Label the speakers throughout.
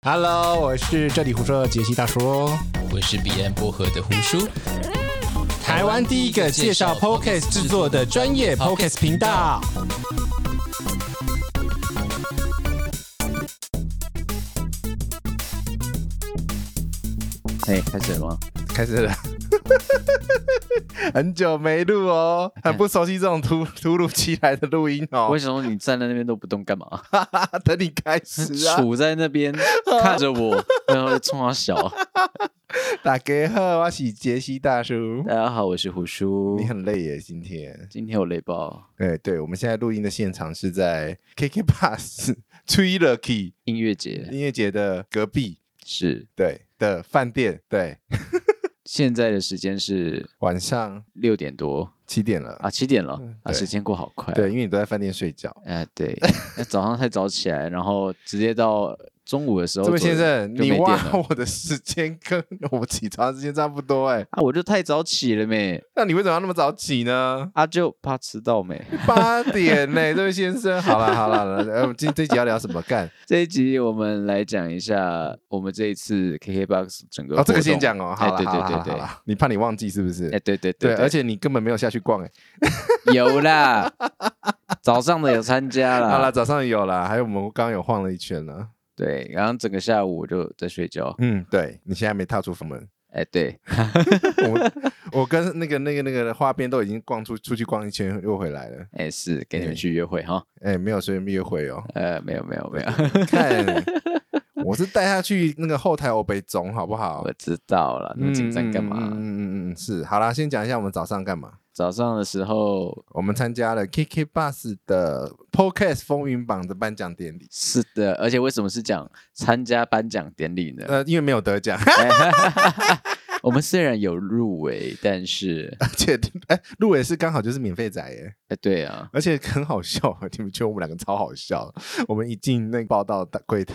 Speaker 1: Hello，我是这里胡说的杰西大叔，
Speaker 2: 我是彼岸薄荷的胡叔，
Speaker 1: 台湾第一个介绍 Podcast 制作的专业 Podcast 频道。
Speaker 3: 哎，开始了吗？
Speaker 1: 开始了， 很久没录哦，很不熟悉这种突突如其来的录音哦
Speaker 3: 为。什么你站在那边都不动干嘛？
Speaker 1: 等你开始啊，
Speaker 3: 杵在 那边看着我，然后冲我笑。
Speaker 1: 大家好，我是杰西大叔
Speaker 3: 大。家好，我是胡叔
Speaker 1: 你。很累耶，今天。
Speaker 3: 今天有雷暴，
Speaker 1: 对对，我们现在录音的现场是在 KK Bus t r i Key
Speaker 3: 音乐节
Speaker 1: 音乐节的隔壁，
Speaker 3: 是
Speaker 1: 对的饭店，对，
Speaker 3: 现在的时间是
Speaker 1: 晚上
Speaker 3: 六点多
Speaker 1: 七点了。
Speaker 3: 啊，七点了
Speaker 1: 嗯
Speaker 3: 啊，
Speaker 1: 对
Speaker 3: 时间过好快。
Speaker 1: 对，，因为你都在饭店睡觉。
Speaker 3: 哎对，那早上太早起来，然后直接到中午的时候
Speaker 1: 这
Speaker 3: 左
Speaker 1: 位
Speaker 3: 右就没
Speaker 1: 先
Speaker 3: 电了，
Speaker 1: 生，你挖我的时间跟 我起床时间差不多哎、
Speaker 3: 啊，我就太早起了没？
Speaker 1: 那你为什么要那么早起呢
Speaker 3: 啊，就怕迟到没。
Speaker 1: 八点呢、这位先生，好了好了，呃，我们今这一集要聊什么 干？
Speaker 3: 这一集我们来讲一下我们这一次 KKBOX 整个
Speaker 1: 哦，这个
Speaker 3: 活
Speaker 1: 先
Speaker 3: 动
Speaker 1: 讲哦，
Speaker 3: 哎
Speaker 1: 好了
Speaker 3: 对
Speaker 1: 好了
Speaker 3: 对
Speaker 1: 好
Speaker 3: 对
Speaker 1: 了
Speaker 3: 对
Speaker 1: 好，了，你怕你忘记是不是？
Speaker 3: 哎对对
Speaker 1: 对，
Speaker 3: 对，
Speaker 1: 而且你根本没有下去逛哎、
Speaker 3: 有啦，早上的有参加啦，
Speaker 1: 好了，早上有了，还有我们刚刚有晃了一圈了。
Speaker 3: 对，然后整个下午我就在睡觉，
Speaker 1: 嗯，对你现在没踏出房门，
Speaker 3: 哎对，
Speaker 1: 我我跟那个那个那个花边都已经逛出出去逛一圈又回来了，
Speaker 3: 哎是跟你
Speaker 1: 哎
Speaker 3: 们去约会哈，
Speaker 1: 哎，没有随便约会哦。
Speaker 3: 呃没有没有没有，
Speaker 1: 看，我是带他去那个后台欧北总，好不好
Speaker 3: 我？知道了，那么紧张干
Speaker 1: 嗯嗯
Speaker 3: 嘛？
Speaker 1: 嗯嗯嗯，是。好啦，先讲一下我们早上干嘛。
Speaker 3: 早上的时候
Speaker 1: 我们参加了 KK Bus 的 Podcast 风云榜的颁奖典礼，
Speaker 3: 是的，而且为什么是讲参加颁奖典礼 呢？
Speaker 1: 呃，因为没有得奖，
Speaker 3: 我们虽然有入围，但是
Speaker 1: 而且哎，入围是刚好就是免费仔耶，
Speaker 3: 哎对啊，
Speaker 1: 而且很好笑，你们觉得我们两个超好笑？我们一进那个报道的柜台，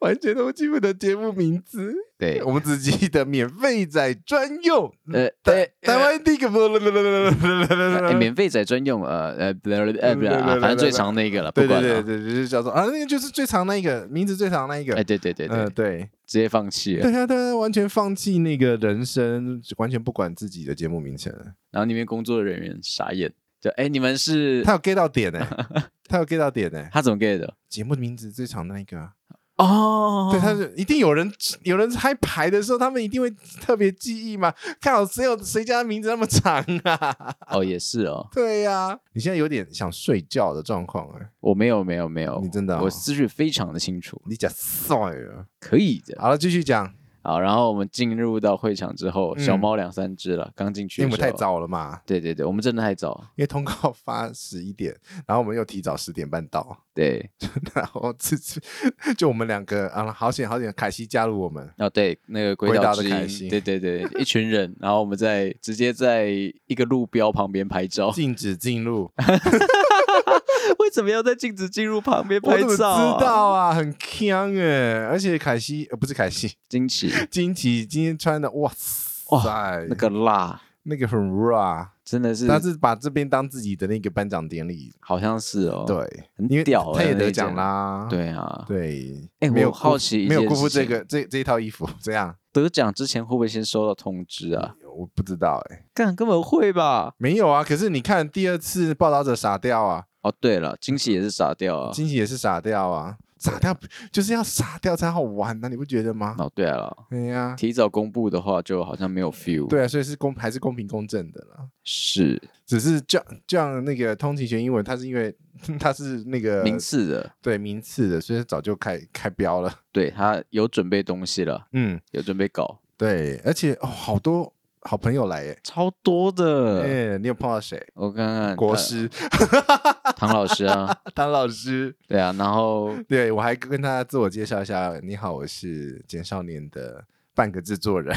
Speaker 1: 完全都记不得节目名字，
Speaker 3: 对
Speaker 1: 我们只记得免费仔专用。
Speaker 3: 呃
Speaker 1: 嗯台
Speaker 3: 对。
Speaker 1: 台湾第一个，
Speaker 3: 哎，免费仔专用，呃呃，不呃不呃，反正最长那个了，
Speaker 1: 嗯对
Speaker 3: 不
Speaker 1: 对
Speaker 3: 管
Speaker 1: 对
Speaker 3: 了。
Speaker 1: 对，就是叫做啊，那个就是最长那一个名字最长那一个。
Speaker 3: 哎，对对对对
Speaker 1: 嗯，，对，
Speaker 3: 直接放弃了
Speaker 1: 对。啊，对啊，完全放弃那个人生，完全不管自己的节目名称了。
Speaker 3: 然后里面工作人员傻眼，就哎，你们是
Speaker 1: 他有 get 到点呢，欸 他有 get 到点呢。
Speaker 3: 他怎么 get 的？
Speaker 1: 节目名字最长那一个啊，
Speaker 3: 哦
Speaker 1: 对，他是一定有人有人猜牌的时候，他们一定会特别记忆嘛。看好谁有谁家的名字那么长啊？
Speaker 3: 哦也是哦，
Speaker 1: 对呀，你现在有点想睡觉的状况哎，
Speaker 3: 我没有没有没有，
Speaker 1: 你真的哦
Speaker 3: 我思绪非常的清楚，
Speaker 1: 你讲帅了。
Speaker 3: 可以的。
Speaker 1: 好了，继续讲，
Speaker 3: 好，然后我们进入到会场之后，
Speaker 1: 嗯
Speaker 3: 小猫两三只了，刚进去
Speaker 1: 因为
Speaker 3: 的
Speaker 1: 我们太
Speaker 3: 时候。
Speaker 1: 早了嘛。
Speaker 3: 对对对，我们真的太早。
Speaker 1: 因为通告发十一点，然后我们又提早十点半到，
Speaker 3: 对，
Speaker 1: 然后这次就我们两个啊，好险好险，凯西加入我们，
Speaker 3: 哦对，那个
Speaker 1: 轨道
Speaker 3: 岛
Speaker 1: 的
Speaker 3: 之
Speaker 1: 凯西
Speaker 3: 音，对对对，一群人，然后我们在直接在一个路标旁边拍照。
Speaker 1: 禁止进入，
Speaker 3: 哎为什么要在镜子进入旁边
Speaker 1: 我
Speaker 3: 拍
Speaker 1: 怎么知
Speaker 3: 照啊、
Speaker 1: 道啊？很强哎，而且凯西呃不是凯西，
Speaker 3: 惊奇，
Speaker 1: 金奇今天穿的哇塞，
Speaker 3: 那个辣
Speaker 1: 那个很 raw，
Speaker 3: 真的是，
Speaker 1: 他是把这边当自己的那个颁奖典礼，
Speaker 3: 好像是哦。
Speaker 1: 对，
Speaker 3: 很
Speaker 1: 因为
Speaker 3: 屌
Speaker 1: 他
Speaker 3: 欸
Speaker 1: 也
Speaker 3: 那
Speaker 1: 得
Speaker 3: 一
Speaker 1: 奖
Speaker 3: 件
Speaker 1: 啦，
Speaker 3: 对啊，
Speaker 1: 对，
Speaker 3: 哎
Speaker 1: 没有
Speaker 3: 我好
Speaker 1: 辜
Speaker 3: 奇一
Speaker 1: 没有
Speaker 3: 件
Speaker 1: 辜负
Speaker 3: 事
Speaker 1: 这
Speaker 3: 情
Speaker 1: 个这这一套衣服，这样
Speaker 3: 得奖之前会不会先收到通知啊？
Speaker 1: 我不知道哎。
Speaker 3: 干，根本会吧？
Speaker 1: 没有啊，可是你看第二次报道者傻掉啊，
Speaker 3: 哦，对了，惊喜也是傻掉啊。
Speaker 1: 惊喜也是傻掉啊，傻掉就是要傻掉才好玩啊呐、你不觉得吗？
Speaker 3: 哦，对了，
Speaker 1: 对呀、
Speaker 3: 提早公布的话，就好像没有 feel。，
Speaker 1: 对啊，所以是公还是公平公正的啦。
Speaker 3: 是
Speaker 1: 只是这样这样那个通勤学英文，它是因为 它是那个
Speaker 3: 名次的，
Speaker 1: 对名次的，所以早就开开标了。
Speaker 3: 对他有准备东西了，
Speaker 1: 嗯，
Speaker 3: 有准备稿，
Speaker 1: 对，而且哦，好多好朋友来耶。
Speaker 3: 超多的。
Speaker 1: 哎、你有碰到谁？
Speaker 3: 我看呃看
Speaker 1: 国
Speaker 3: 呃
Speaker 1: 师、
Speaker 3: 唐老师啊，
Speaker 1: 唐老师，
Speaker 3: 对啊，然后
Speaker 1: 对我还跟他自我介绍一下。你好，我是简少年的半个制作人。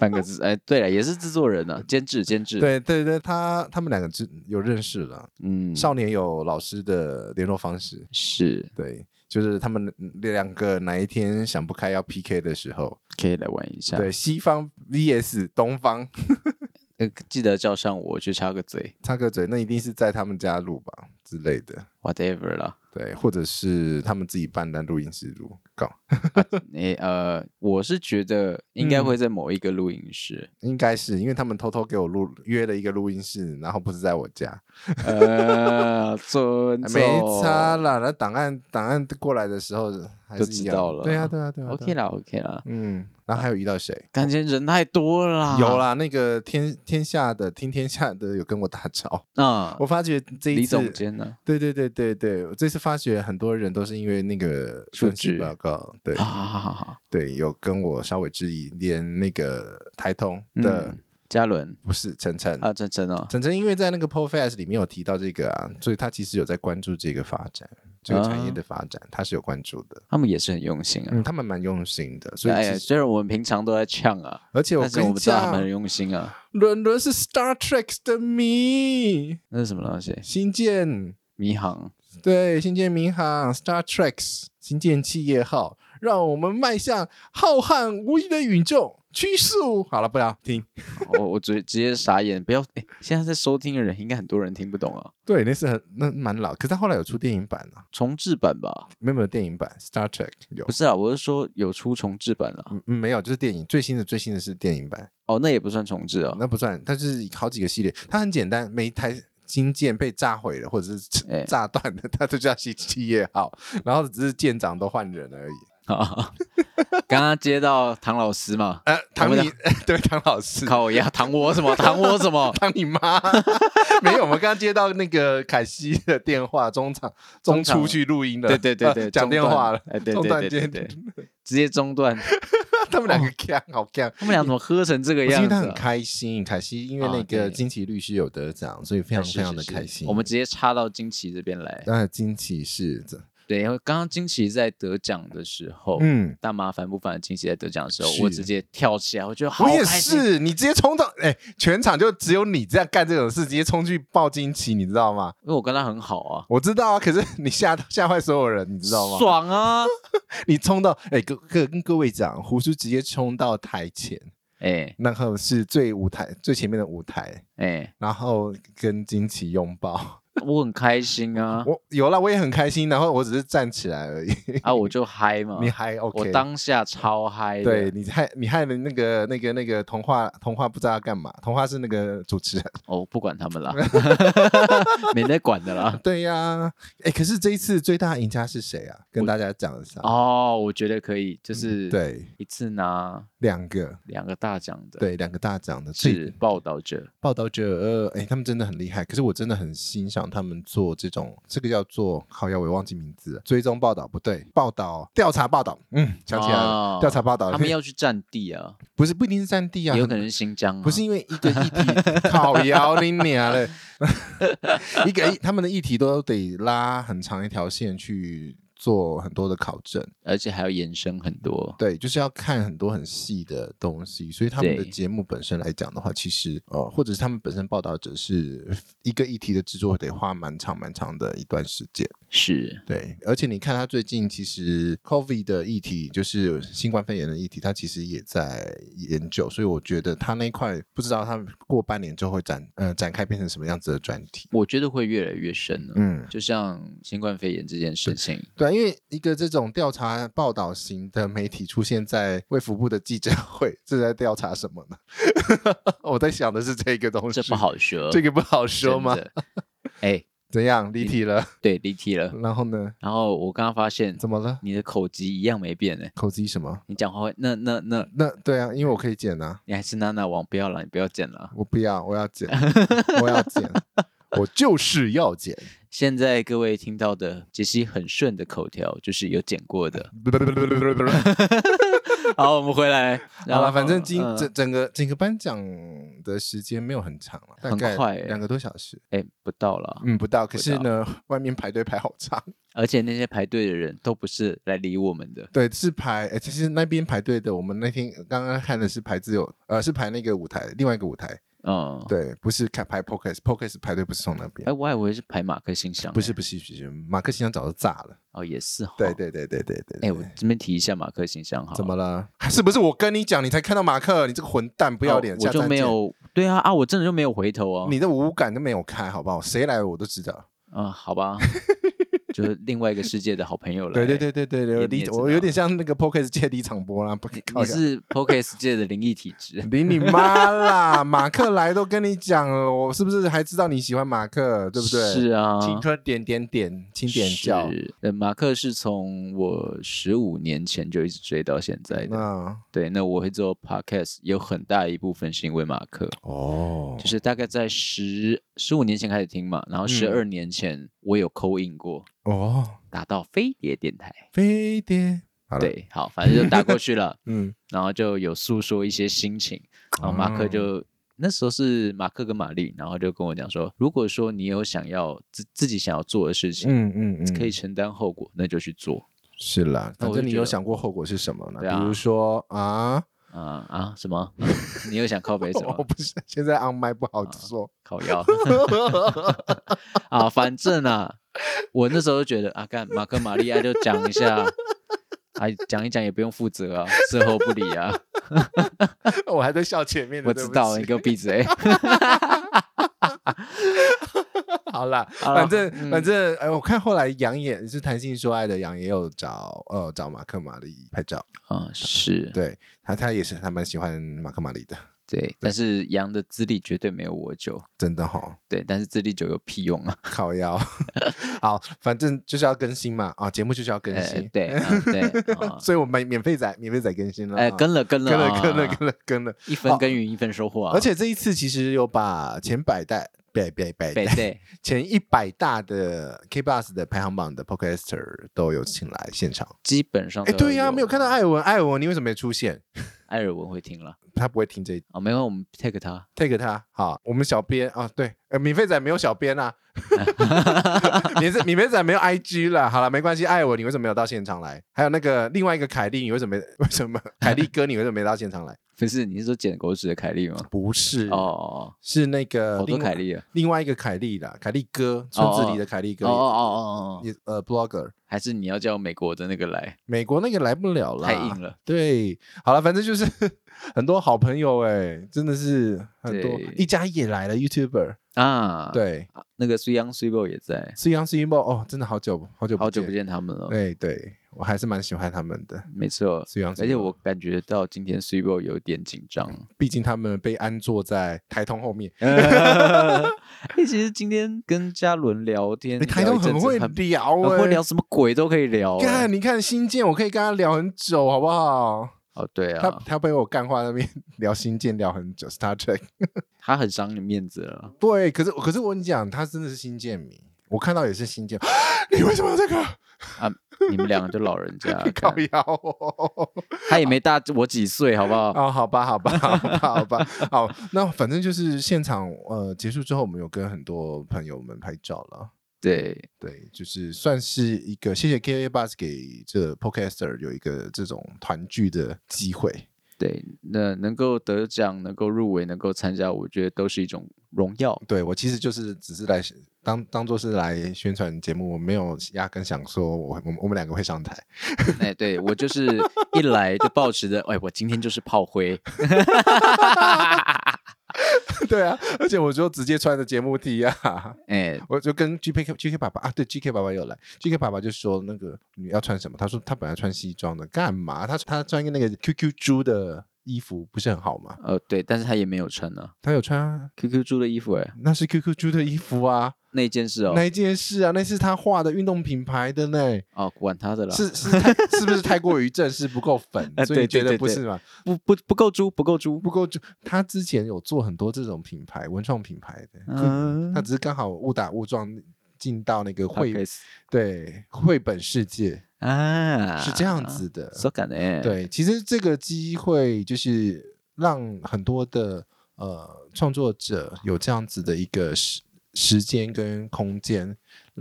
Speaker 3: 半个字，哎，对了，也是制作人呢、啊，监制，监制，，
Speaker 1: 对对对，他他们两个知有认识了，
Speaker 3: 嗯，
Speaker 1: 少年有老师的联络方式，
Speaker 3: 是
Speaker 1: 对，就是他们嗯两个哪一天想不开要 PK 的时候，
Speaker 3: 可以来玩一下。
Speaker 1: 对，西方 VS 东方
Speaker 3: 呃，记得叫上我去插个嘴
Speaker 1: 插个嘴，那一定是在他们家录吧之类的，
Speaker 3: ，whatever 啦。
Speaker 1: 对，或者是他们自己办的录音室录搞，
Speaker 3: 诶、呃，我是觉得应该会
Speaker 1: 嗯
Speaker 3: 在某一个录音 室，
Speaker 1: 应该是因为他们偷偷给我录约了一个录音室，然后不是在我家，
Speaker 3: 呃，尊重，
Speaker 1: 没差啦。那档案档案过来的时候还
Speaker 3: 就是
Speaker 1: 一
Speaker 3: 知
Speaker 1: 样
Speaker 3: 道了
Speaker 1: 对啊对啊对啊对啊
Speaker 3: ，OK 啦，OK 啦，
Speaker 1: 嗯，然后还有遇到谁？
Speaker 3: 感觉人太多了啦，
Speaker 1: 有，啦，那个天天下的听天下的有跟我打招，
Speaker 3: 嗯
Speaker 1: 我，发觉这一
Speaker 3: 李
Speaker 1: 次，
Speaker 3: 总 监呢？
Speaker 1: 对对对对对，我这次发觉很多人都是因为那个
Speaker 3: 数啊
Speaker 1: 分析
Speaker 3: 据
Speaker 1: 报告，对
Speaker 3: 好好好好好，
Speaker 1: 对，有跟我稍微质疑，连那个台通的、
Speaker 3: 嗯，嘉伦
Speaker 1: 不是晨晨。
Speaker 3: 啊，真真哦，
Speaker 1: 晨晨因为在那个 ProFest 里面有提到这个啊，所以他其实有在关注这个发展，这个产业
Speaker 3: 啊
Speaker 1: 的发展，他是有关注的。
Speaker 3: 他们也是很用心啊
Speaker 1: 嗯，。他们蛮用心的，所以
Speaker 3: 哎
Speaker 1: 其
Speaker 3: 呀，
Speaker 1: 实
Speaker 3: 虽然我们平常都在呛啊，
Speaker 1: 而且我
Speaker 3: 但是
Speaker 1: 跟
Speaker 3: 我
Speaker 1: 你
Speaker 3: 们知道他
Speaker 1: 讲
Speaker 3: 们，很用心啊。
Speaker 1: 伦伦是 Star Trek 的迷，
Speaker 3: 那是什么东西？
Speaker 1: 星舰
Speaker 3: 迷航
Speaker 1: 对，星舰民航 Star Trek 星舰企业号，让我们迈向浩瀚无垠的宇宙。趋势好了，不要听。
Speaker 3: 我我直直接傻眼，不要！哎，现在在收听的人应该很多人听不懂啊，
Speaker 1: 对，那是很那蛮老，可是他后来有出电影版啊，
Speaker 3: 重制版吧？
Speaker 1: 没有没有电影版 Star Trek 有
Speaker 3: 不，是啊，我是说有出重制版了、
Speaker 1: 嗯没有就是电影最新的最新的是电影版，
Speaker 3: 哦，那也不算重制啊。
Speaker 1: 那不算，它是好几个系列，它很简单，每一台。星舰被炸毁了，或者是
Speaker 3: 哎
Speaker 1: 炸断的，它都叫星企业号，然后只是舰长都换人而已。
Speaker 3: 啊， 刚刚接到唐老 师嘛，
Speaker 1: 呃，唐
Speaker 3: 我们
Speaker 1: 你对唐老师，
Speaker 3: 靠我呀，唐我什么？唐我 什么？
Speaker 1: 当你妈没有，我们刚刚接到那个凯西的电话，中场中
Speaker 3: 中场
Speaker 1: 出去录音了，
Speaker 3: 对对对
Speaker 1: 呃
Speaker 3: 对，
Speaker 1: 讲
Speaker 3: 中
Speaker 1: 电话
Speaker 3: 断
Speaker 1: 了，
Speaker 3: 哎，对
Speaker 1: 中断
Speaker 3: 对对对
Speaker 1: 间
Speaker 3: 对，对直接中断。
Speaker 1: 他们两个 c 好 c
Speaker 3: 他们俩怎么喝成 这个
Speaker 1: 因为
Speaker 3: 样子
Speaker 1: 他
Speaker 3: 啊？
Speaker 1: 很开心，凯西因为
Speaker 3: 啊
Speaker 1: 那个
Speaker 3: 对
Speaker 1: 金奇律师有得奖，所以非常
Speaker 3: 是
Speaker 1: 非常的
Speaker 3: 是是
Speaker 1: 开心。
Speaker 3: 我们直接插到金奇这边来。
Speaker 1: 那金奇是，
Speaker 3: 对，因为刚刚金奇在得奖的时候，
Speaker 1: 嗯，
Speaker 3: 大麻烦不烦？金奇在得奖的时候，
Speaker 1: 是
Speaker 3: 我直接跳起来，我觉得好
Speaker 1: 我也
Speaker 3: 开心。
Speaker 1: 是，你直接冲到，哎，全场就只有你这样干这种事，直接冲去抱金奇，你知道吗？
Speaker 3: 因为我跟他很好啊，
Speaker 1: 我知道啊，可是你吓到吓坏所有人，你知道吗？
Speaker 3: 爽啊！
Speaker 1: 你冲到，哎，各各跟各位讲，胡叔直接冲到台前。
Speaker 3: 哎
Speaker 1: 然后是最舞台最前面的舞台，
Speaker 3: 哎，
Speaker 1: 然后跟金奇拥抱。
Speaker 3: 我很开心啊
Speaker 1: 我有啦，我也很开心，然后我只是站起来而已。
Speaker 3: 啊，我就嗨嘛，
Speaker 1: 你还 OK？
Speaker 3: 我当下超嗨的。
Speaker 1: 对你害你害了那个那个那个童话童话不知道要干嘛，童话是那个主持人。
Speaker 3: 哦，不管他们啦，没在管 的啦。
Speaker 1: 对呀、哎，可是这一次最大赢家是谁啊？跟大家讲一下。
Speaker 3: 哦，我觉得可以，就是
Speaker 1: 嗯对，
Speaker 3: 一次拿
Speaker 1: 两个，
Speaker 3: 两个大奖的，，
Speaker 1: 对，两个大奖的最
Speaker 3: 是报道者，
Speaker 1: 报道者，呃，哎，他们真的很厉害。可是我真的很欣赏他们做这种，这个叫做好呀，我也忘记名字了。追踪报道不对，报道调查报道，嗯，想起来了，
Speaker 3: 哦
Speaker 1: 调查报道。
Speaker 3: 他们要去占地啊，
Speaker 1: 不是不一定是战地啊，
Speaker 3: 也有
Speaker 1: 很
Speaker 3: 可能是新疆啊，
Speaker 1: 不是因为一个议 题靠摇你娘嘞，一个他们的议题都得拉很长一条线去做很多的考证。
Speaker 3: 而且还要延伸很多。
Speaker 1: 对，就是要看很多很细的东西，所以他们的
Speaker 3: 对
Speaker 1: 节目本身来讲的话，其实呃，或者是他们本身报道者是一个议题的制作，得花蛮长蛮长的一段时间。
Speaker 3: 是，
Speaker 1: 对，而且你看他最近其实 COVID 的议题，就是新冠肺炎的议题，他其实也在研究，所以我觉得他那一块不知道他过半年之后会展呃展开变成什么样子的专题。
Speaker 3: 我觉得会越来越深了。
Speaker 1: 嗯，
Speaker 3: 就像新冠肺炎这件 事情，
Speaker 1: 对啊，因为一个这种调查报道型的媒体出现在卫福部的记者会，这是在调查什么呢？ 我在想的是这个东西，
Speaker 3: 这不，好说，
Speaker 1: 这个不好说吗
Speaker 3: 真？的？哎，
Speaker 1: 怎样离题了？
Speaker 3: 对，离题了。
Speaker 1: 然后呢？
Speaker 3: 然后我刚刚发现，
Speaker 1: 嗯怎么了？
Speaker 3: 你的口疾一样没变呢，
Speaker 1: 口技什么？
Speaker 3: 你讲话会那那那，
Speaker 1: 那对啊，因为我可以剪啊，
Speaker 3: 你还是娜娜王，不要了，你不要剪了。
Speaker 1: 我不要，我要剪，我要 剪，我就是要剪。
Speaker 3: 现在各位听到的杰西很顺的口条，就是有剪过的。好，我们回来。然
Speaker 1: 好了，
Speaker 3: 后
Speaker 1: 反正今
Speaker 3: 嗯
Speaker 1: 整整个整个颁奖的时间没有很长了，大
Speaker 3: 很
Speaker 1: 概
Speaker 3: 快欸
Speaker 1: 两个多小时，
Speaker 3: 哎不到了，
Speaker 1: 嗯，不到。可
Speaker 3: 不
Speaker 1: 是
Speaker 3: 到
Speaker 1: 呢，外面排队排好长。
Speaker 3: 而且那些排队的人都不是来理我们的。
Speaker 1: 对，是排，诶其实那边排队的，我们那天刚刚看的是排只有，呃，是排那个舞台，另外一个舞台，
Speaker 3: 嗯，
Speaker 1: 对，不是看排 p o c k e t p o c k e t 排队不是从那边
Speaker 3: 哎，，我还以为是排马克信箱欸，
Speaker 1: 不是不是不是，马克信箱早就炸了，
Speaker 3: 哦，也是哈。
Speaker 1: 对对对对对对，
Speaker 3: 哎、
Speaker 1: 对
Speaker 3: 我这边提一下马克形象好了，
Speaker 1: 怎么了？是不是我跟你讲，你才看到马克，你这个混蛋，不
Speaker 3: 不
Speaker 1: 要脸，
Speaker 3: 啊哦我
Speaker 1: 下
Speaker 3: 就
Speaker 1: 站
Speaker 3: 没
Speaker 1: 见，
Speaker 3: 有，对啊啊，我真的就没有回头哦。
Speaker 1: 你的五感都没有开，好不好？谁来我都知道，
Speaker 3: 啊、好吧，就是另外一个世界的好朋友了。哎
Speaker 1: 对对对对对
Speaker 3: 也
Speaker 1: 对，
Speaker 3: 你也
Speaker 1: 离
Speaker 3: 知
Speaker 1: 我
Speaker 3: 道
Speaker 1: 有点像那个 p o c k e t 界李长波啦，不
Speaker 3: 你是 Podcast 界的灵异体质。
Speaker 1: 离你妈啦！马克来都跟你讲了，我是不是还知道你喜欢马克， 对不对？
Speaker 3: 是啊，
Speaker 1: 青春点点点，青点叫。
Speaker 3: 是呃，马克是从我十五年前就一直追到现在的。
Speaker 1: 那
Speaker 3: 对，那我会做 podcast 有很大一部分是因为马克，
Speaker 1: 哦
Speaker 3: 就是大概在十十五年前开始听嘛，然后十
Speaker 1: 嗯
Speaker 3: 二年前我有扣印过，
Speaker 1: 哦，
Speaker 3: 打到飞碟电台。
Speaker 1: 飞碟，好了，，
Speaker 3: 对，好，反正就打过去了
Speaker 1: 嗯，
Speaker 3: 然后就有诉说一些心情，然后马
Speaker 1: 哦
Speaker 3: 克就。那时候是马克跟玛丽，然后就跟我讲说，如果说你有想要自自己想要做的事情，
Speaker 1: 嗯嗯嗯，
Speaker 3: 可以承担后果，那就去做。
Speaker 1: 是啦。
Speaker 3: 那
Speaker 1: 反
Speaker 3: 我就
Speaker 1: 正你
Speaker 3: 觉
Speaker 1: 有
Speaker 3: 得
Speaker 1: 想过后果是什么呢？
Speaker 3: 对啊
Speaker 1: 比如说啊，
Speaker 3: 啊、啊！什么？你又想靠北什
Speaker 1: 我
Speaker 3: 么？
Speaker 1: 不是现在 on 麦不好说。
Speaker 3: 靠腰 啊！反正啊，我那时候就觉得啊，干马克玛利亚就讲一 下，啊，讲一讲也不用负责啊，事后不理啊。
Speaker 1: 我还在笑前面的，
Speaker 3: 我
Speaker 1: 对
Speaker 3: 知
Speaker 1: 不
Speaker 3: 道，
Speaker 1: 起
Speaker 3: 你给我 闭嘴。
Speaker 1: 好啦，
Speaker 3: 好啦
Speaker 1: 反正、
Speaker 3: 嗯
Speaker 1: 反正，哎，我看后来杨也是谈性说爱的杨也有找呃找马克玛丽拍照，
Speaker 3: 啊，是
Speaker 1: 对他他也是还蛮喜欢马克玛丽的，
Speaker 3: 对，但是羊的资历绝对没有我久，
Speaker 1: 真的哈、哦，
Speaker 3: 对，但是资历久有屁用啊！
Speaker 1: 靠腰。 好，反正就是要更新嘛，啊，节目就是要更
Speaker 3: 哎
Speaker 1: 新，，
Speaker 3: 对啊 对啊，
Speaker 1: 所以我们免费仔免费仔更新了，
Speaker 3: 哎，
Speaker 1: 啊
Speaker 3: 跟了跟了
Speaker 1: 跟了
Speaker 3: 啊
Speaker 1: 跟了跟了跟了，
Speaker 3: 一分耕耘一分收获啊，
Speaker 1: 而且这一次其实有把前百代。百百百
Speaker 3: 北
Speaker 1: 代
Speaker 3: 对
Speaker 1: 前一百大的 K Bus 的排行榜的 Podcaster 都有请来现场，
Speaker 3: 基本上
Speaker 1: 哎，
Speaker 3: 都
Speaker 1: 对呀、没有看到
Speaker 3: 艾
Speaker 1: 艾文，艾文你为什么没出现？
Speaker 3: 艾尔文会听了。
Speaker 1: 他不会听这一
Speaker 3: 啊，没有，我们 take 他。
Speaker 1: take 他。好，我们小编啊，对，呃，免费仔没有小编 啊，免费免费仔没有 IG 了。好了，没关系，艾文你为什么没有到现场来？还有那个另外一个凯莉，你为什么没为什么凯莉哥你为什么没到现场来？
Speaker 3: 不是，你是说捡狗屎的凯莉吗？
Speaker 1: 不是
Speaker 3: 哦，哦，
Speaker 1: 是那个
Speaker 3: 哦好多
Speaker 1: 另外
Speaker 3: 凯莉啊！
Speaker 1: 另外一个凯莉啦，凯莉哥，村子里的凯莉哥，
Speaker 3: 哦哦哦哦哦，
Speaker 1: 也呃 blogger，
Speaker 3: 还是你要叫美国的那个来，
Speaker 1: 美国那个来不了啦，
Speaker 3: 太硬了。
Speaker 1: 对，好了，反正就是 很多好朋友哎、真的是很多
Speaker 3: 对。
Speaker 1: 一家也来了，YouTuber，、
Speaker 3: 啊！，
Speaker 1: 对，
Speaker 3: 那个 s u y a n g s u y b o 也在，
Speaker 1: 是杨是一梦哦，真的好久好久
Speaker 3: 好久不见他们了。
Speaker 1: 对对，我还是蛮喜欢他们的。
Speaker 3: 没错，
Speaker 1: 虽然
Speaker 3: 而且我感觉到今天 s u y b o 有点紧张。
Speaker 1: 毕竟他们被安坐在台通后面，
Speaker 3: 哎，其实今天跟嘉伦聊天，
Speaker 1: 你哎台通
Speaker 3: 聊一阵
Speaker 1: 很
Speaker 3: 子
Speaker 1: 会
Speaker 3: 很
Speaker 1: 聊
Speaker 3: 很
Speaker 1: 哎、
Speaker 3: 会聊，什么鬼都可以聊欸。
Speaker 1: 干，你看新建，我可以跟他聊很久，好不好？
Speaker 3: 哦，对
Speaker 1: 他
Speaker 3: 啊，
Speaker 1: 他被我干话那边 聊新建聊很久，Star Trek。
Speaker 3: 他很伤你面子了。
Speaker 1: 对，可是可是我跟你讲，他真的是新建迷，我看到也是新建， 你为什么有这 个？，
Speaker 3: 啊你们两个就老人家
Speaker 1: 靠
Speaker 3: 干
Speaker 1: 腰哦、
Speaker 3: 他也没大我几岁，好不好？
Speaker 1: 哦，好吧，好吧，好吧，好吧，好，那反正就是现场呃结束之后，我们有跟很多朋友们拍照了。
Speaker 3: 对，
Speaker 1: 对，就是算是一个谢谢 KA Bus 给这 Podcaster 有一个这种团聚的机会。
Speaker 3: 对，那能够得奖、能够入围、能够参加，我觉得都是一种荣耀。
Speaker 1: 对我其实就是只是来当当做是来宣传节目，我没有压根想说我我们我们两个会上台。
Speaker 3: 哎，对我就是一来就抱持着，哎， 我今天就是炮灰，
Speaker 1: 对啊，而且我就直接穿着节目 T 啊，
Speaker 3: 哎，
Speaker 1: 我就跟 GK GK 爸爸啊，对 GK 爸爸有来，GK 爸爸就说那个你要穿什么？他说他本来穿西装的，干嘛？他他穿一个那个 QQ 猪的衣服不是很好吗？
Speaker 3: 呃，对，但是他也没有穿呢、
Speaker 1: 他有穿、啊，
Speaker 3: QQ 猪的衣服，哎，
Speaker 1: 那是 QQ 猪的衣服啊。
Speaker 3: 那一件事哦
Speaker 1: 那，一件事啊，那是他画的运动品牌的呢，
Speaker 3: 哦，管他的啦，
Speaker 1: 是是太是不是太过于正式不够粉，
Speaker 3: 啊
Speaker 1: 所以你
Speaker 3: 对
Speaker 1: 觉
Speaker 3: 对
Speaker 1: 得
Speaker 3: 对
Speaker 1: 不是吗？
Speaker 3: 不不不够猪，不够猪，
Speaker 1: 不够就他之前有做很多这种品牌文创品牌的，
Speaker 3: 嗯
Speaker 1: 他只是刚好误打误撞进到那个绘
Speaker 3: Podcast
Speaker 1: 对绘本世界
Speaker 3: 啊，
Speaker 1: 是这样，子的，
Speaker 3: 手感哎，，
Speaker 1: 对，其实这个机会就是让很多的呃创作者有这样子的一个时时间跟空间，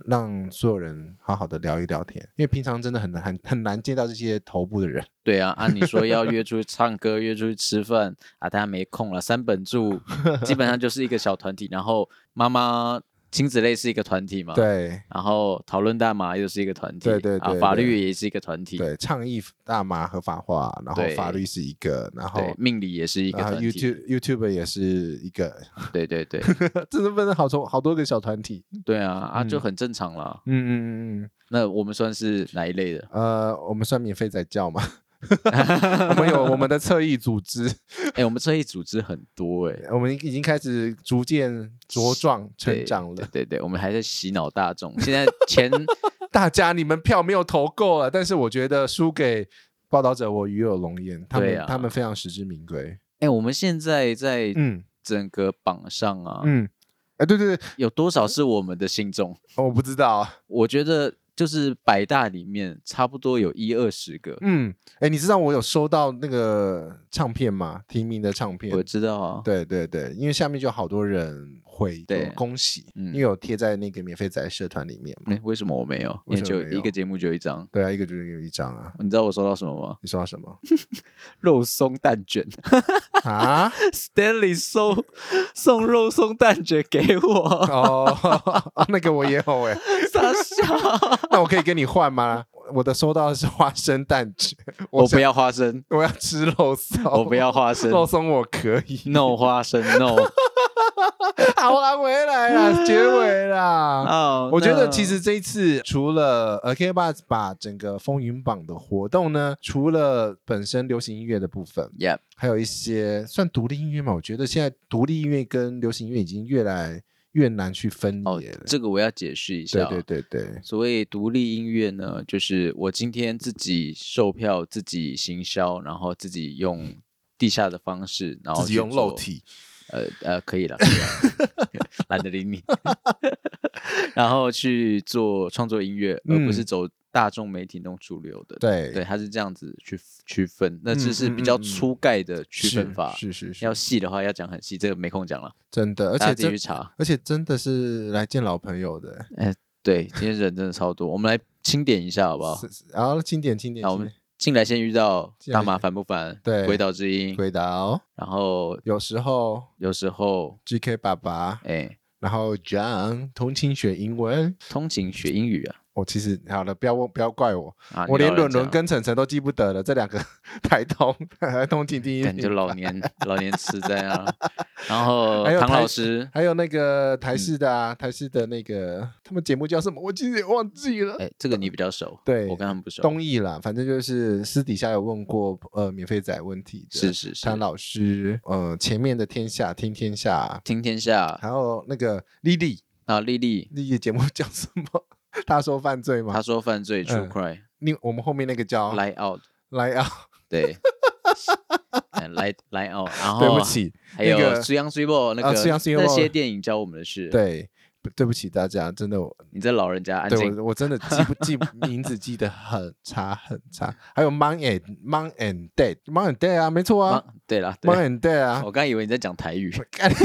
Speaker 1: 让所有人好好的聊一聊天，因为平常真的很难很很难见到这些头部的人。
Speaker 3: 对啊，按、你说要约出去唱歌，约出去吃饭啊，大家没空了。三本住基本上就是一个小团体，然后妈妈亲子类是一个团体嘛，，
Speaker 1: 对
Speaker 3: 然后讨论大麻又是一个团体，
Speaker 1: 对对
Speaker 3: 啊
Speaker 1: 对
Speaker 3: 法
Speaker 1: 对
Speaker 3: 律也是一个团体，
Speaker 1: 对，倡议大麻合法化，然后
Speaker 3: 对
Speaker 1: 法律是一个，然后
Speaker 3: 对，命理也是一个
Speaker 1: 然后
Speaker 3: 团体，
Speaker 1: YouTube YouTube 也是一个，
Speaker 3: 对对对
Speaker 1: 这是分了好多好多个小团体。
Speaker 3: 对啊啊，就
Speaker 1: 嗯
Speaker 3: 很正常啦。
Speaker 1: 嗯嗯嗯嗯，
Speaker 3: 那我们算是哪一类的？
Speaker 1: 呃，我们算免费在教嘛， 我们有我们 的侧翼组织，
Speaker 3: 哎，我们这一组织很 多哎，
Speaker 1: 我们已经开始逐渐茁壮
Speaker 3: 对
Speaker 1: 成长了。
Speaker 3: 对对，我们还在洗脑大众。现在前
Speaker 1: 大家你们票没有投够了，但是我觉得输给报道者，我与有龙颜，他
Speaker 3: 对
Speaker 1: 们、
Speaker 3: 啊
Speaker 1: 他们非常实至名归。
Speaker 3: 哎，我们现在在
Speaker 1: 嗯
Speaker 3: 整个榜上啊，
Speaker 1: 嗯，哎、对对对，
Speaker 3: 有多少是我们的信众？
Speaker 1: 我不知道。
Speaker 3: 我觉得就是百大里面差不多有一二十个，
Speaker 1: 嗯，哎，你知道我有收到那个唱片吗？提名的唱片。
Speaker 3: 我知道啊。
Speaker 1: 嗯对对对，因为下面就好多人回
Speaker 3: 对
Speaker 1: 恭喜，
Speaker 3: 嗯
Speaker 1: 因为有贴在那个免费仔社团里面嘛。
Speaker 3: 哎，为什么我没有？因
Speaker 1: 为
Speaker 3: 为
Speaker 1: 什么
Speaker 3: 就
Speaker 1: 没
Speaker 3: 一
Speaker 1: 有
Speaker 3: 个节目就一张。
Speaker 1: 对啊，一个就是有一张啊。
Speaker 3: 你知道我收到什么吗？
Speaker 1: 你收到什么
Speaker 3: 肉松蛋卷
Speaker 1: 啊？
Speaker 3: ，Stanley 送送肉松蛋卷给 我，
Speaker 1: 哦， 那个我也有哎、
Speaker 3: 傻笑。
Speaker 1: 那我可以跟你换吗？我的收到的是花生蛋卷，
Speaker 3: 我
Speaker 1: 是
Speaker 3: 不要花生，
Speaker 1: 我要吃肉松，
Speaker 3: 我不要花生
Speaker 1: 哦肉松，我可 以。
Speaker 3: ，no 花生，no。
Speaker 1: 好
Speaker 3: 啊
Speaker 1: 啦，回来啦，结尾啦。
Speaker 3: 哦
Speaker 1: 我觉
Speaker 3: 那
Speaker 1: 得其实这一次除了呃 K b u s 把整个风云榜的活动呢，除了本身流行音乐的部分，
Speaker 3: ，Yeah，
Speaker 1: 还有一些算独立音乐嘛。我觉得现在独立音乐跟流行音乐已经越来越难去分
Speaker 3: 哦
Speaker 1: 野了，。
Speaker 3: 这个我要解释一下
Speaker 1: 对
Speaker 3: 啊。
Speaker 1: 对对对，
Speaker 3: 所谓独立音乐呢，就是我今天自己售票、自己行销，然后自己用地下的方式，然
Speaker 1: 嗯
Speaker 3: 后
Speaker 1: 自己
Speaker 3: 去
Speaker 1: 用肉
Speaker 3: 做，
Speaker 1: 体，
Speaker 3: 呃呃，可以了，可以了 懒得理你，然后去做创作音乐，而不是
Speaker 1: 嗯
Speaker 3: 走大众媒体那种主流的。
Speaker 1: 对
Speaker 3: 对，它是这样子去区分，那这
Speaker 1: 嗯
Speaker 3: 是
Speaker 1: 嗯
Speaker 3: 比
Speaker 1: 嗯
Speaker 3: 较
Speaker 1: 嗯
Speaker 3: 粗概的区
Speaker 1: 是
Speaker 3: 分法。
Speaker 1: 是是是，
Speaker 3: 要细的话要讲很细，这个没空讲了，
Speaker 1: 真的，而
Speaker 3: 大家
Speaker 1: 且
Speaker 3: 自己
Speaker 1: 真
Speaker 3: 去查。
Speaker 1: 而且真的是来见老朋友的，
Speaker 3: 对，今天人真的超多，我们来清点一下好不好？
Speaker 1: 是是然后经典经典
Speaker 3: 那我
Speaker 1: 经
Speaker 3: 们
Speaker 1: 典，
Speaker 3: 进来先遇到
Speaker 1: 进来
Speaker 3: 大麻烦不烦？
Speaker 1: 对
Speaker 3: 鬼岛之音，
Speaker 1: 鬼岛
Speaker 3: 然后
Speaker 1: 哦有时候
Speaker 3: 有时候
Speaker 1: GK 爸爸，
Speaker 3: 哎，
Speaker 1: 然后 John 同情学英文。
Speaker 3: 通勤学英语啊，
Speaker 1: 我其实好了，不要问，不要怪我，
Speaker 3: 啊，
Speaker 1: 我
Speaker 3: 你
Speaker 1: 连
Speaker 3: 老人
Speaker 1: 伦伦
Speaker 3: 家
Speaker 1: 跟晨晨都记不得了。这两个 台通台通请第一
Speaker 3: 感觉
Speaker 1: 名，
Speaker 3: 老年 老年痴呆啊，然后
Speaker 1: 还有
Speaker 3: 唐
Speaker 1: 台
Speaker 3: 老师，嗯
Speaker 1: 还有那个台视的啊，台视的那个他们节目叫什么？我其实也忘记了。
Speaker 3: 哎，这个你比较熟，
Speaker 1: 对
Speaker 3: 我跟他们不熟，
Speaker 1: 东艺啦，反正就是私底下有问过呃免费仔问题的，
Speaker 3: 是是是，
Speaker 1: 谭老师，呃，前面的天下听天下，
Speaker 3: 听天下
Speaker 1: 还有那个丽丽，
Speaker 3: 啊，丽丽，
Speaker 1: 丽丽节目 叫什么？他说犯罪吗
Speaker 3: 她？说犯罪
Speaker 1: 嗯
Speaker 3: true crime
Speaker 1: 另我们后面那个叫
Speaker 3: lie out，
Speaker 1: 来啊，
Speaker 3: 对。哎来来哦，然后
Speaker 1: 对不，起，
Speaker 3: 还
Speaker 1: 那
Speaker 3: 有
Speaker 1: 个
Speaker 3: 《水阳水波》那
Speaker 1: 啊
Speaker 3: 个
Speaker 1: 水漾水某
Speaker 3: 那些电影教我们的事。，
Speaker 1: 对不对不起大家，真的我，
Speaker 3: 你这老人家安
Speaker 1: 对
Speaker 3: 静
Speaker 1: 我我真的记不记名字记得很差很差，还有 Mom and Mom and Dad，Mom and Dad 啊，没错
Speaker 3: 忙
Speaker 1: 啊
Speaker 3: 对啦，对
Speaker 1: ，Mom and Dad 啊
Speaker 3: 我，刚以为你在讲台语，
Speaker 1: 干你！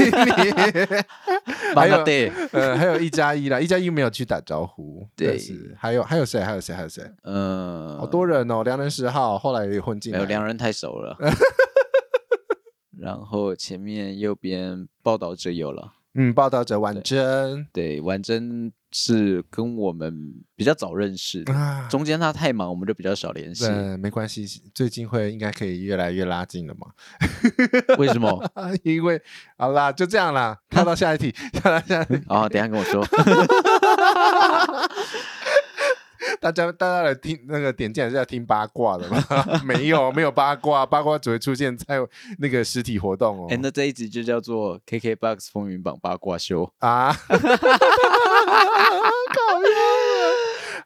Speaker 1: 还有
Speaker 3: 对，
Speaker 1: 呃，还有一加一啦，一加一没有去打招呼，
Speaker 3: 对
Speaker 1: 但是还有还有谁？还有谁？还有谁？
Speaker 3: 嗯，
Speaker 1: 好多人哦，良人十号后来也混进
Speaker 3: 没
Speaker 1: 来
Speaker 3: 有
Speaker 1: 了，
Speaker 3: 两人太熟 了。然后前面右边报道者有了，
Speaker 1: 嗯，报道者婉珍
Speaker 3: 对，婉珍是跟我们比较早认 识的，
Speaker 1: 啊，
Speaker 3: 中间他太忙，我们就比较少联系。
Speaker 1: 对，没关系，最近会应该可以越来越拉近了嘛， 啊
Speaker 3: 为什么？
Speaker 1: 因为好啦，就这样啦，跳到下一题，跳到下一题，
Speaker 3: 啊，等一下跟我说。
Speaker 1: 哦大家大家来听那个点进来是要听八卦的嘛？ 没有没有八卦，八卦只会出现在那个实体活动哦
Speaker 3: 哎，那这一集就叫做 KKBOX 风云榜八卦秀。
Speaker 1: 啊， 讨厌了，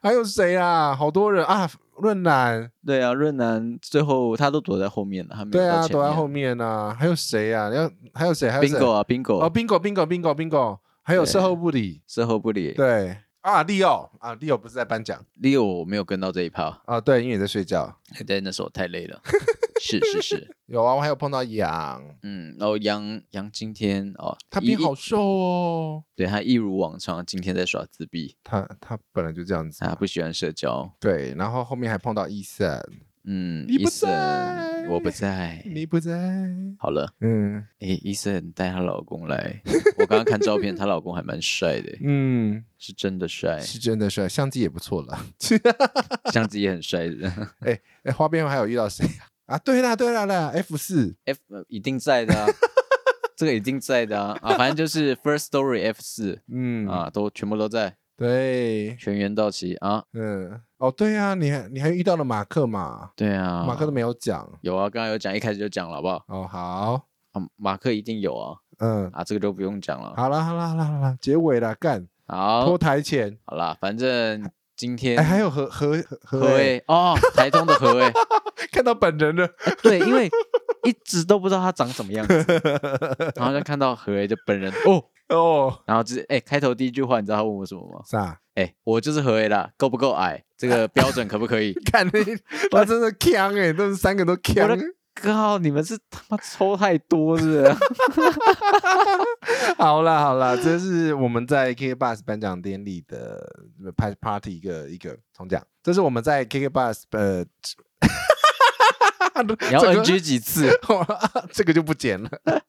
Speaker 1: 还有谁啊？好多人啊，润南。
Speaker 3: 对啊，润南最后他都躲在后面了，他没有
Speaker 1: 对
Speaker 3: 到
Speaker 1: 啊，
Speaker 3: 前
Speaker 1: 躲在
Speaker 3: 面
Speaker 1: 后面啊，还有谁啊？要还有谁？还有谁
Speaker 3: Bingo 啊，Bingo，
Speaker 1: 哦，bingo bingo bingo bingo，还有
Speaker 3: 对
Speaker 1: 售后部里，
Speaker 3: 事后不理。
Speaker 1: 对啊，利奥啊，利奥不是在颁奖
Speaker 3: Leo 我没有跟到这一趴，
Speaker 1: 啊，对，因为你在睡觉。
Speaker 3: 哎对，那时候我太累了。 是是是，
Speaker 1: 有啊，我还有碰到杨，
Speaker 3: 嗯，然后杨杨今天哦，
Speaker 1: 他
Speaker 3: 一
Speaker 1: 变，好
Speaker 3: 一
Speaker 1: 瘦哦。
Speaker 3: 对他一如往常，今天在耍自闭，
Speaker 1: 他他本来就这样子
Speaker 3: 他
Speaker 1: 嘛，
Speaker 3: 不喜欢社交，
Speaker 1: 对，然后后面还碰到伊森，
Speaker 3: 嗯，
Speaker 1: 你不
Speaker 3: Eason，
Speaker 1: 在
Speaker 3: 我不在。
Speaker 1: 你不在，
Speaker 3: 好了，
Speaker 1: 嗯
Speaker 3: 诶，伊森带她老公来，我刚刚看照片，她老公还蛮帅的，
Speaker 1: 嗯，
Speaker 3: 是真的帅，
Speaker 1: 是真的帅，相机也不错了。
Speaker 3: 相机也很帅的。
Speaker 1: 哎哎，花边还有遇到谁啊？啊，对啦对啦啦，F 四
Speaker 3: F 呃一定在的、啊，这个一定在的啊啊，反正就是 First Story F 四
Speaker 1: 嗯
Speaker 3: 啊，都全部都在，
Speaker 1: 对，
Speaker 3: 全员到齐啊。
Speaker 1: 嗯，哦，对啊，你还你还遇到了马克嘛？
Speaker 3: 对啊，
Speaker 1: 马克都没有讲。
Speaker 3: 有啊，刚刚有讲，一开始就讲了，好不好？
Speaker 1: 哦，好，
Speaker 3: 啊，马克一定有啊，
Speaker 1: 嗯，
Speaker 3: 啊，这个就不用讲了。
Speaker 1: 好啦好啦好啦好啦，结尾啦，干，
Speaker 3: 好嗯
Speaker 1: 脱，台前，
Speaker 3: 好啦，反正今天
Speaker 1: 哎，还有何何何
Speaker 3: 何
Speaker 1: 欸
Speaker 3: 诶哦，台中的何诶，
Speaker 1: 看到本人了，
Speaker 3: 对，因为一直都不知道他长什么样 子，然后就看到何诶的本人哦，
Speaker 1: 哦，
Speaker 3: 然后就是哎，开头第一句话，你知道他问我什么吗？
Speaker 1: 啥？
Speaker 3: 哎，我就是何诶啦，够不够矮？这个标准可不可以？
Speaker 1: 看你，他真的强哎，都是三个都强
Speaker 3: 我，的 靠，你们是他妈抽太多是不是？
Speaker 1: 好啦好啦，这是我们在 KK Bus 颁奖典礼的呃拍 party 一个一个重讲，这是我们在 KK Bus 呃，
Speaker 3: 你要
Speaker 1: 整个
Speaker 3: NG 几 次？
Speaker 1: 这个就不剪了。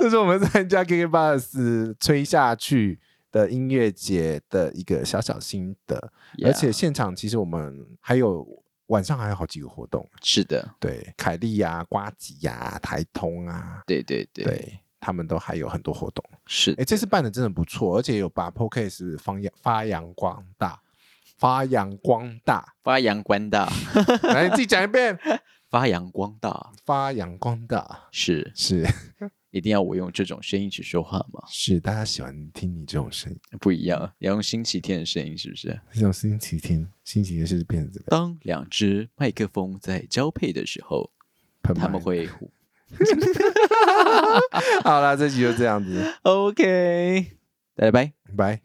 Speaker 1: 这是我们参加 KK Bus 呃吹下去的音乐节的一个小小心得而且
Speaker 3: Yeah，
Speaker 1: 现场其实我们还有晚上还有好几个活动，
Speaker 3: 是的，
Speaker 1: 对，凯莉呀、瓜吉呀、台通啊，
Speaker 3: 对对对，
Speaker 1: 对。他们都还有很多活动，
Speaker 3: 是
Speaker 1: 哎，这次办的真的不错，而且有把 Podcast 发扬发扬光大，发扬光大，
Speaker 3: 发扬光大，
Speaker 1: 来你自己讲一遍，
Speaker 3: 发扬光大
Speaker 1: 发扬光大，
Speaker 3: 是
Speaker 1: 是
Speaker 3: 一定要我用这种声音去说话吗？
Speaker 1: 是，大家喜欢听你这种声音。
Speaker 3: 不一样，啊要用星期天的声音，是不是？
Speaker 1: 这种星期天，星期天是变成这个
Speaker 3: 当两只麦克风在交配的时候，
Speaker 1: 喷
Speaker 3: 他们
Speaker 1: 麦
Speaker 3: 会
Speaker 1: 好啦，这集就这样子，
Speaker 3: OK，拜拜。
Speaker 1: 拜。